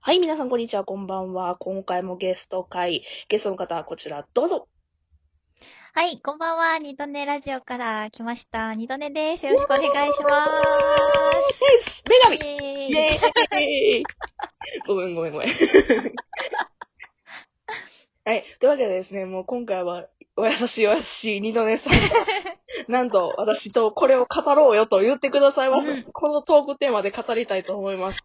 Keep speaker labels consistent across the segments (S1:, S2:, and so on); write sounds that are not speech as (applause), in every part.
S1: はい、皆さん、こんにちは、こんばんは。今回もゲスト会。ゲストの方はこちら、どうぞ。
S2: はい、こんばんは。二度寝ラジオから来ました。二度寝です。よろしくお願いしま
S1: 天使女神
S2: す。イェーイ
S1: イエーイ (laughs) ごめん、ごめん、 (laughs) ごめん。はい、というわけでですね、もう今回は、お優しいお優しい二度寝 (laughs) さんがなんと、私とこれを語ろうよと言ってくださいます。
S2: うん
S1: このトークテーマで語りたいと思います。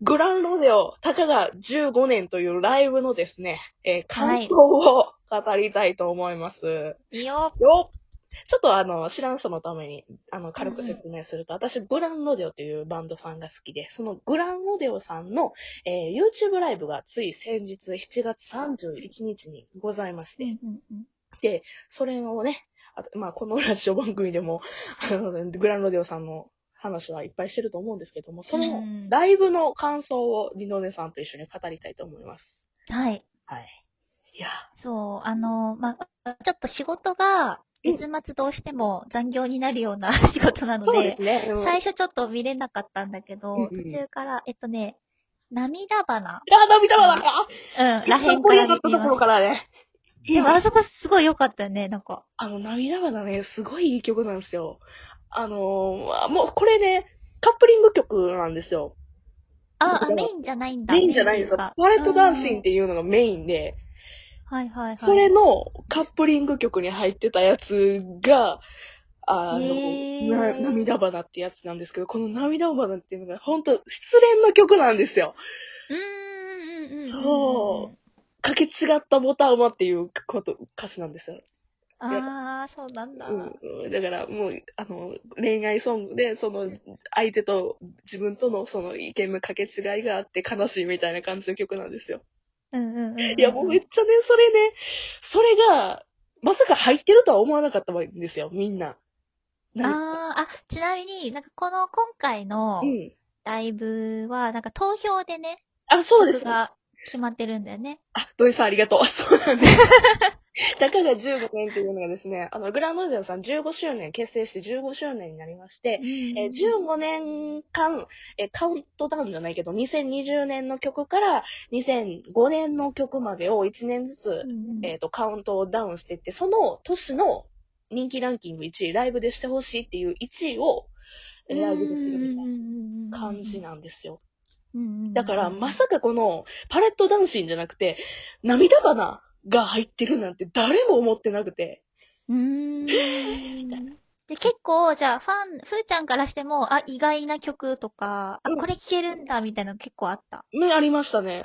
S1: グランロデオ、たかが15年というライブのですね、えー感想を語りたいと思います。
S2: いいよ。
S1: よっちょっとあの、知らん人のために、あの、軽く説明すると、私、グランロデオというバンドさんが好きで、そのグランロデオさんの、えー YouTube ライブがつい先日7月31日にございまし
S2: う
S1: て、
S2: んうんうん
S1: それをね、あと、まあ、このラジオ番組でも、 (laughs) あの、グランロデオさんの話はいっぱいしてると思うんですけども、その
S2: うん
S1: ライブの感想を二度寝さんと一緒に語りたいと思います。
S2: はい。
S1: はい。いや、
S2: そう、あの、まあ、ちょっと仕事が、月末どうしても残業になるような (laughs) 仕事なの
S1: そうで、
S2: で
S1: すね。うん
S2: 最初ちょっと見れなかったんだけど、
S1: うんうん
S2: 途中から、えっとね、涙花。
S1: いや、涙はなんか、
S2: うん、ら
S1: 一
S2: へ
S1: 番盛
S2: んか
S1: り上
S2: ら
S1: がっ
S2: 見
S1: たとこ
S2: ま
S1: ろ
S2: し
S1: か
S2: た。
S1: らね。
S2: でも、あそこすごい良かったよね、なんか。
S1: あの、涙はね、すごいいい曲なんですよ。あのーまあもうこれね、カップリング曲なんですよ。
S2: あ、あメインじゃないんだ。
S1: メインじゃないんですよ。
S2: か
S1: パレットダンシンっ
S2: うん
S1: ていうのがメインで、
S2: はいはいはい。
S1: それのカップリング曲に入ってたやつが、あ
S2: へ
S1: の、
S2: ー
S1: な涙花ってやつなんですけど、この涙花っていうのが本当失恋の曲なんですよ。
S2: うーんうんうんうんうん。
S1: そうかけ違ったボタンはっていうこと、歌詞なんですよ。
S2: ああ、そうなんだ。
S1: うん、だからもう、あの、恋愛ソングで、その、相手と自分とのその意見の掛け違いがあって悲しいみたいな感じの曲なんですよ。
S2: うんうんうんうん。
S1: いや、もうめっちゃね、それね、それが、まさか入ってるとは思わなかったんですよ、みんな。
S2: あ
S1: なんか
S2: あ、あ、ちなみになんかこの今回の
S1: うん。
S2: ライブは、なんか投票でね、
S1: あ、そうです。
S2: 曲
S1: あ、
S2: が決まってるんだよね。
S1: 土井さんありがとう。そう (laughs) なんです。たかが15年っていうのがですね、あの、グランドジャンさん15周年、結成して15周年になりまして、えー15年間、えーカウントダウンじゃないけど、2020年の曲から2005年の曲までを1年ずつ、えっ、と、カウントダウンしていって、その年の人気ランキング1位、ライブでしてほしいっていう1位をえーライブでするみたいな
S2: な
S1: 感じなんですよ。
S2: ん
S1: だから、まさ
S2: か。
S1: かこの、パレットダンシンじゃなくて、涙花が入ってるなんて誰も思ってなくて。
S2: うーん。で、結構、じゃあ、ファン、ふーちゃんからしても、あ、意外な曲とか、あ、
S1: うん
S2: これ聴けるんだ、みたいなの結構あった。
S1: ね、ありましたね。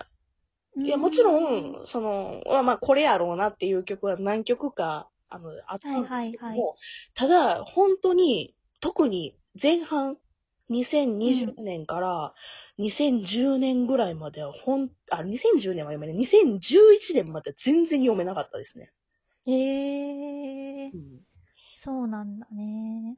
S1: いや、もちろ、
S2: うん
S1: その、まあまあ、これやろうなっていう曲は何曲か、あの、あったんですけども、
S2: はいはいはい
S1: ただ、本当に、特に前半、2020年から2010年ぐらいまでは、ほん、あ、2010年は読めない、2011年までは全然読めなかったですね。
S2: へえ、そうなんだね。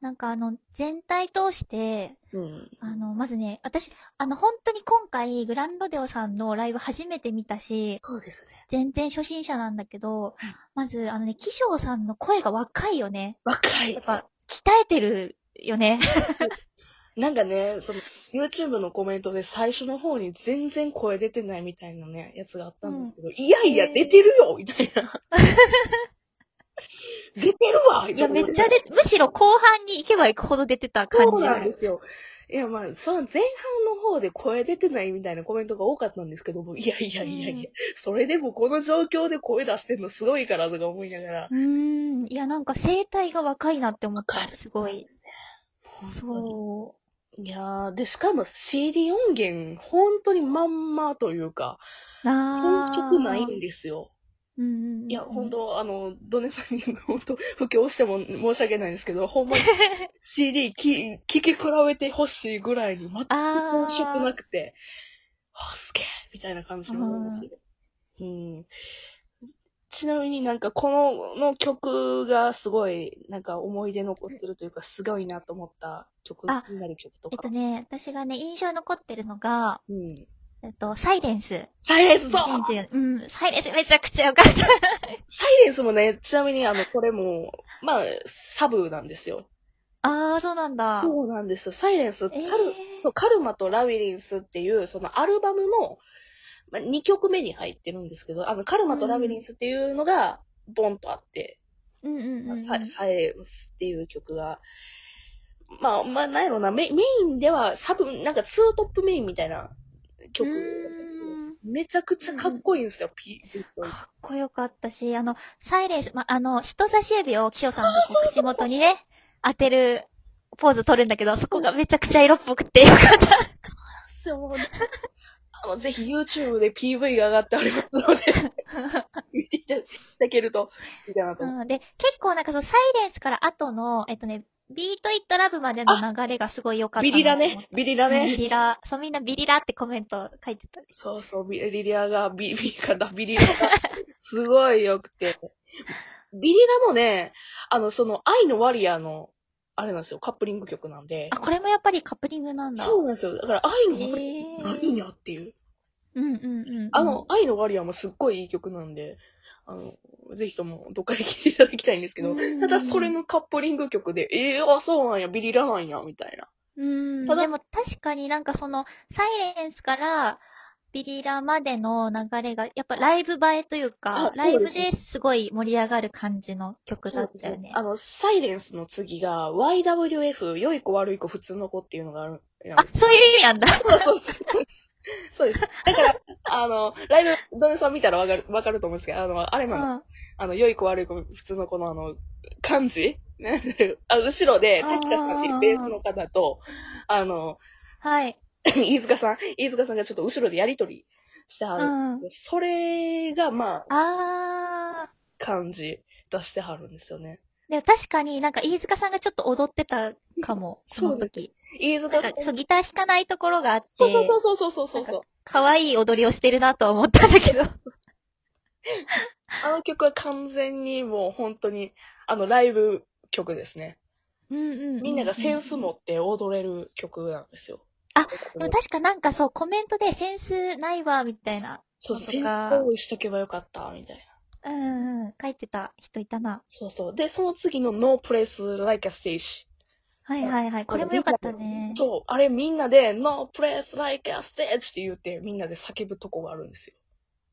S2: なんかあの、全体通して、
S1: うん。
S2: あの、まずね、私、あの、本当に今回、グランロデオさんのライブ初めて見たし、
S1: そうですね。
S2: 全然初心者なんだけど、まず、あのね、気象さんの声が若いよね。
S1: 若い
S2: やっ。ぱ、鍛えてる
S1: (laughs)
S2: よね。
S1: なんかね、その、YouTube のコメントで最初の方に全然声出てないみたいなね、やつがあったんですけど、いやいや、
S2: えー
S1: 出てるよみたいな。 (laughs) 出てるわ
S2: いや、めっちゃで、むしろ後半に行けば行くほど出てた感
S1: そう
S2: じあ
S1: なんで
S2: る。
S1: すよ。いや、まあ、その前半の方で声出てないみたいなコメントが多かったんですけども、いやいやいやいや、
S2: うん
S1: それでもこの状況で声出してんのすごいからとか思いながら。
S2: うーん、いや、なんか声帯が若いなって思った。すごい。。そう。
S1: う。いやーで、しかも CD 音源、本当にまんまというか、
S2: な
S1: 遜色ないんですよ。
S2: うんうんうん、
S1: いや、本当あの、ドネさんに、本当布教しても申し訳ないんですけ
S2: (laughs)
S1: ど、ほんまに CD き聴き比べてほしいぐらいに、全く遜色なくて、あ、すげえみたいな感じの思いますね。うん。ちなみになんか、この、の曲がすごい、なんか思い出残ってるというか、すごいなと思った曲、
S2: あ
S1: 気になる曲と
S2: えっ
S1: か。
S2: とね、私がね、印象に残ってるのが、
S1: うん。
S2: えっと、サイレンス。
S1: サイレンスそう
S2: 2014うん、サイレンスめちゃくちゃ良か
S1: (laughs)
S2: った。
S1: サイレンスもね、ちなみにあの、これも、まあ、サブなんですよ。
S2: あー、そうなんだ。
S1: そうなんですよ。サイレンス、
S2: えー
S1: たる、そうカルマとラビリンスっていう、そのアルバムの、まあ、2曲目に入ってるんですけど、あの、カルマとラビリンスっていうのが、ボンとあって、
S2: うんうんうんうん。
S1: ササイレンスっていう曲が、まあ、まあ、なんやろな、メメインでは、サブ、なんかツートップメインみたいな曲だったんですけどめちゃくちゃかっこいいんですよ、ピピート
S2: かっこよかったし、あの、サイレンス、ま、あの、人差し指をキヨさんがこう口元にね、当てるポーズ取るんだけど、そこがめちゃくちゃ色っぽくてよかった。
S1: そうもうね (laughs) あの、ぜひ YouTube で PV が上がっておりますので、見ていただけるといいかなと思う。
S2: うん、で、結構なんかそのサイレンスから後の、えっとね、ビートイットラブまでの流れがすごい良かった
S1: ビ
S2: な
S1: リラ
S2: と思っ
S1: ね、ビリラ
S2: た。ビ
S1: ね。
S2: リラ。そう、みんなビリラってコメント書いてたでし
S1: そうそう、ビリラが、ビビリラだ、ビリラが、すごい良くて。ビリラもね、あの、その、愛のワリアーの、あれなんですよ、カップリング曲なんで
S2: ょ。。あ、これもやっぱりカップリングなんだ。
S1: そうなんですよ。だから、愛
S2: へ
S1: のワリアー、何
S2: ー。
S1: やっていう。
S2: うんうんうん。
S1: あの、、愛のワリアーもすっごいいい曲なんで、あの、ぜひともどっかで聴いていただきたいんですけど、ただそれのカップリング曲で、ええー、あ、そうなんや、ビリラなんや、みたいな。
S2: うん。
S1: ただ
S2: でも確かになんかその、サイレンスから、ビリラまでの流れが、やっぱライブ映えという
S1: あ、
S2: かライブ
S1: そうですね
S2: ですごい盛り上がる感じの曲だったよね。
S1: あの、サイレンスの次が YWF、良い子悪い子普通の子っていうのがある。
S2: あ、そういう意味なんだ。
S1: そうです。 (laughs) そうです。だから、あの、ライブ、ドネさん見たらわかる、わかると思うんですけど、あの、あれ
S2: う
S1: なの、
S2: ん。
S1: あの、良い子悪い子普通の子のあの、漢字なんだろう (laughs) あ、後ろで、
S2: あー
S1: 滝田さんっていうベースの方と、あの、
S2: はい。
S1: (laughs) 飯塚さん、飯塚さんがちょっと後ろでやりとりしては
S2: う
S1: る。
S2: ん。
S1: それが、まあ、
S2: あー。
S1: 感じ出してはるんですよね。
S2: でも確かになんか飯塚さんがちょっと踊ってたかも、
S1: (laughs)
S2: そ
S1: そう
S2: の
S1: だ
S2: 時。
S1: 飯
S2: な
S1: 塚
S2: んか
S1: さん
S2: そうギター弾かないところがあって、
S1: そうそうそうそうそうそう
S2: なん
S1: そう
S2: か。可愛い踊りをしてるなとは思ったんだけど。
S1: あの曲は完全にもう本当に、あのライブ曲ですね。
S2: うんうんう
S1: (laughs) みんながセンス持って踊れる曲なんですよ。
S2: あ、で
S1: そ
S2: も
S1: う
S2: 確かなんかそう、コメントでセンスないわ、みたいな。
S1: そう、
S2: とか
S1: センス用意しとけばよかった、みたいな。
S2: うんうん。書いてた人いたな。
S1: そうそう。で、その次の No Place Like a Stage。
S2: はいはいはい。これもよかったね。
S1: そう、あれみんなで No Place Like a Stage って言ってみんなで叫ぶとこがあるんですよ。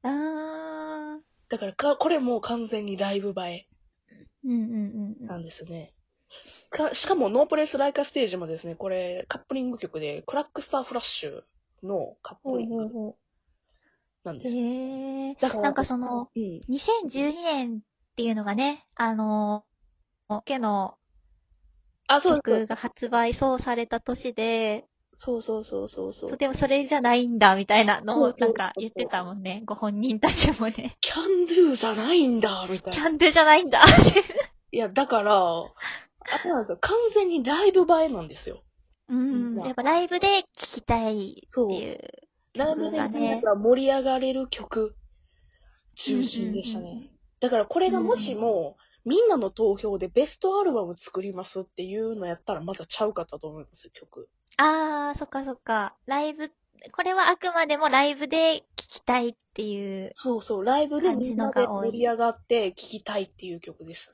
S2: あー。
S1: だからか、これもう完全にライブ映え。
S2: うんうんうん
S1: なんですね。かしかも、ノープレイスライカステージもですね、これ、カップリング曲で、クラックスターフラッシュのカッ
S2: ほ
S1: プ
S2: う
S1: リン
S2: ほう
S1: グ
S2: ほ
S1: なん
S2: う。
S1: です。
S2: へえ。
S1: だから
S2: なんかその、
S1: うん。
S2: 2012年っていうのがね、あのー、ケの
S1: あ、そうそ
S2: 曲
S1: う
S2: が発売、そうされた年で、
S1: そうそうそうそうそ
S2: そうう。でもそれじゃないんだ、みたいなの
S1: そう
S2: を
S1: そう、そ
S2: な
S1: うん
S2: か言ってたもんね。ご本人たちもね。
S1: キャンドゥじゃないんだ、みたい
S2: キ
S1: な。
S2: ャンドゥじゃないんだ。って
S1: いや、だから、あれなんですよ。完全にライブ映えなんですよ。
S2: うん。やっぱライブで聴きたいっていう。
S1: ライブで、
S2: 曲がね
S1: なんか盛り上がれる曲、中心でしたね。
S2: うんうんうん
S1: だから、これがもしも、みんなの投票でベストアルバム作りますっていうのやったらまたちゃうかったと思いますよ、曲。
S2: あー、そっかそっか。ライブ、これはあくまでもライブで聴きたいっていう。
S1: そうそう、ライブでみんなで盛り上がって聴きたいっていう曲でした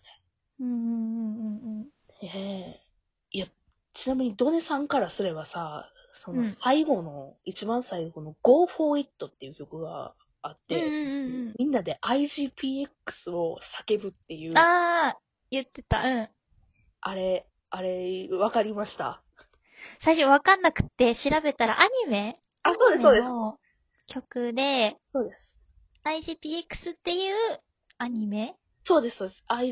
S2: うんうんうんうんうん。
S1: ね。ええいや、ちなみにドネさんからすればさ、そうの
S2: ん
S1: 最後の、一番最後の Go for It っていう曲があっ
S2: うん
S1: て、
S2: うんうん
S1: みんなで IGPX を叫ぶっていう、あ
S2: あー、言ってた。うん。
S1: れ、あれ、わかりました。
S2: 最初わかんなくて調べたらアニメ
S1: あ、そうです、そうです。
S2: の曲で、
S1: そうです。
S2: IGPX っていうアニメ
S1: そうです、そうです。
S2: うんうんうん
S1: IGPX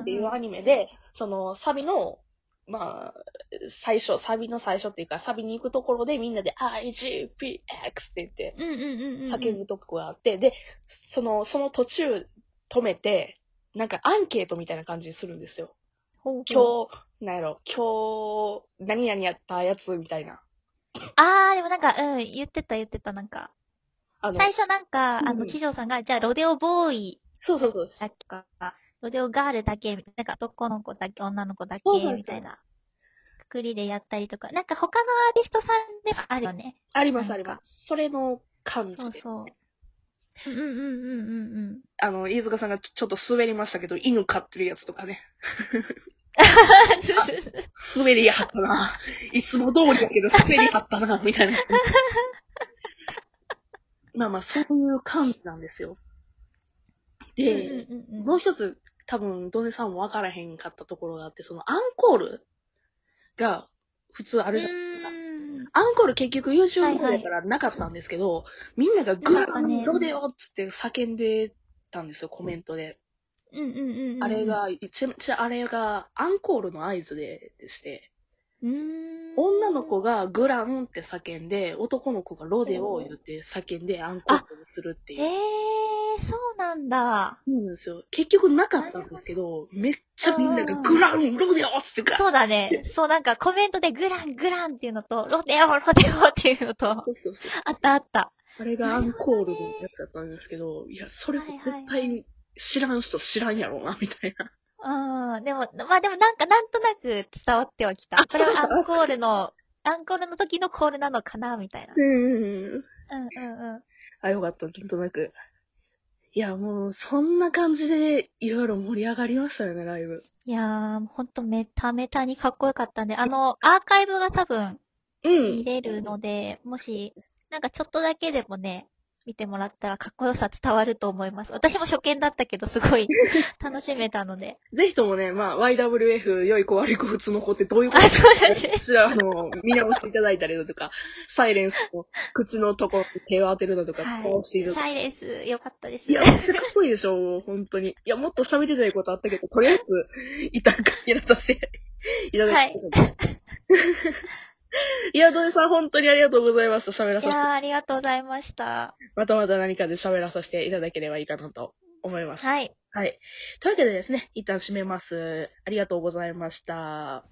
S1: っていうアニメで、その、サビの、まあ、最初、サビの最初っていうか、サビに行くところでみんなで IGPX って言って
S2: うんうんうんうん。
S1: 叫ぶとこがあって、で、その、その途中止めて、なんかアンケートみたいな感じにするんですよ。
S2: ほうほう。
S1: 今日、なんやろ、今日、何々やったやつみたいな。
S2: あー、でもなんか、うん、言ってた言ってた、なんか。
S1: あの、
S2: 最初なんか、
S1: うん
S2: あの、騎乗さんが、じゃあ、ロデオボーイ
S1: そうそうそうです。
S2: だけか、ロデオガールだけ、みたいな、なんか男の子だけ、女の子だけ
S1: そうそうそ、う
S2: みたいな。くくりでやったりとか、なんか他のアーティストさんでもあるよね。
S1: あります、
S2: な
S1: あ
S2: ん
S1: り
S2: か
S1: ます。それの感じ
S2: そう
S1: で。
S2: そう。うんうんうんうんうんうん。 (laughs)
S1: あの、飯塚さんがちょちょっと滑りましたけど、犬飼ってるやつとかね。滑りやはったな。いつも通りだけど滑りはったな、みたいな。 (laughs) まあまあ、そういう感じなんですよ。で、
S2: うんうん
S1: もう一つ、多分、ドネさんも分からへんかったところがあって、そのアンコールが普通あるじゃん。
S2: うん
S1: アンコール結局優秀の方やからなかったんですけど、みんながグランドデオっつって叫んでたんですよ、コメントで。
S2: うんうんうんうん
S1: あれ、が、一ちあれがアンコールの合図ででして、
S2: うん
S1: 女の子がグランって叫んで、男の子がロデオを言って叫んでアンコールにするって
S2: え
S1: いう。
S2: ー、そうなんだ。
S1: そうなんですよ。結局なかったんですけど、めっちゃみんながグラン、ロデオっつってガー
S2: そうだね。そう、なんかコメントでグラングランっていうのと、ロデオロデオっていうのと、
S1: そうそうそう。
S2: あったあった。
S1: あれがアンコールのやつだったんですけど、いや、それも絶
S2: はいはいは
S1: 対知らん人知らんやろうな、みたいな。
S2: うん、でも、まあでもなんかなんとなく伝わってはきた
S1: あ。
S2: これ
S1: そう
S2: はアンコールの、アンコールの時のコールなのかなみたいな。
S1: うんうん。
S2: うんうんうん。
S1: あ、よかった、なんとなく。いや、もう、そんな感じで、いろいろ盛り上がりましたよね、ライブ。
S2: いやー、ほんとめためたにかっこよかったんで、あの、アーカイブが多分
S1: う
S2: 見れるので、もし、なんかちょっとだけでもね、見てもらったらかっこよさ伝わると思います。私も初見だったけど、す
S1: (laughs)
S2: ごい楽しめたので。
S1: ぜひともね、まあ、YWF、良い子悪い子普通の子ってどういうこ
S2: あ、
S1: とか、
S2: そうだね。
S1: 私は、あの、見直していただいたりだとか、サイレンスの口のところに手を当てるだとか、
S2: はい
S1: こうしているだとか。
S2: サイレンス、よかったです
S1: い
S2: よ
S1: や、。めっちゃかっこいいでしょ、もう本当に。いや、もっと喋りたいことあったけど、とりあえず、いたんか、やらさせていただきました。い、や、土井さん、本当にありがとうございました。喋ら
S2: い
S1: させて
S2: やー、ありがとうございました。
S1: またまた何かで喋らさせていただければいいかなと思います。
S2: はい。
S1: はい。というわけでですね、一旦締めます。ありがとうございました。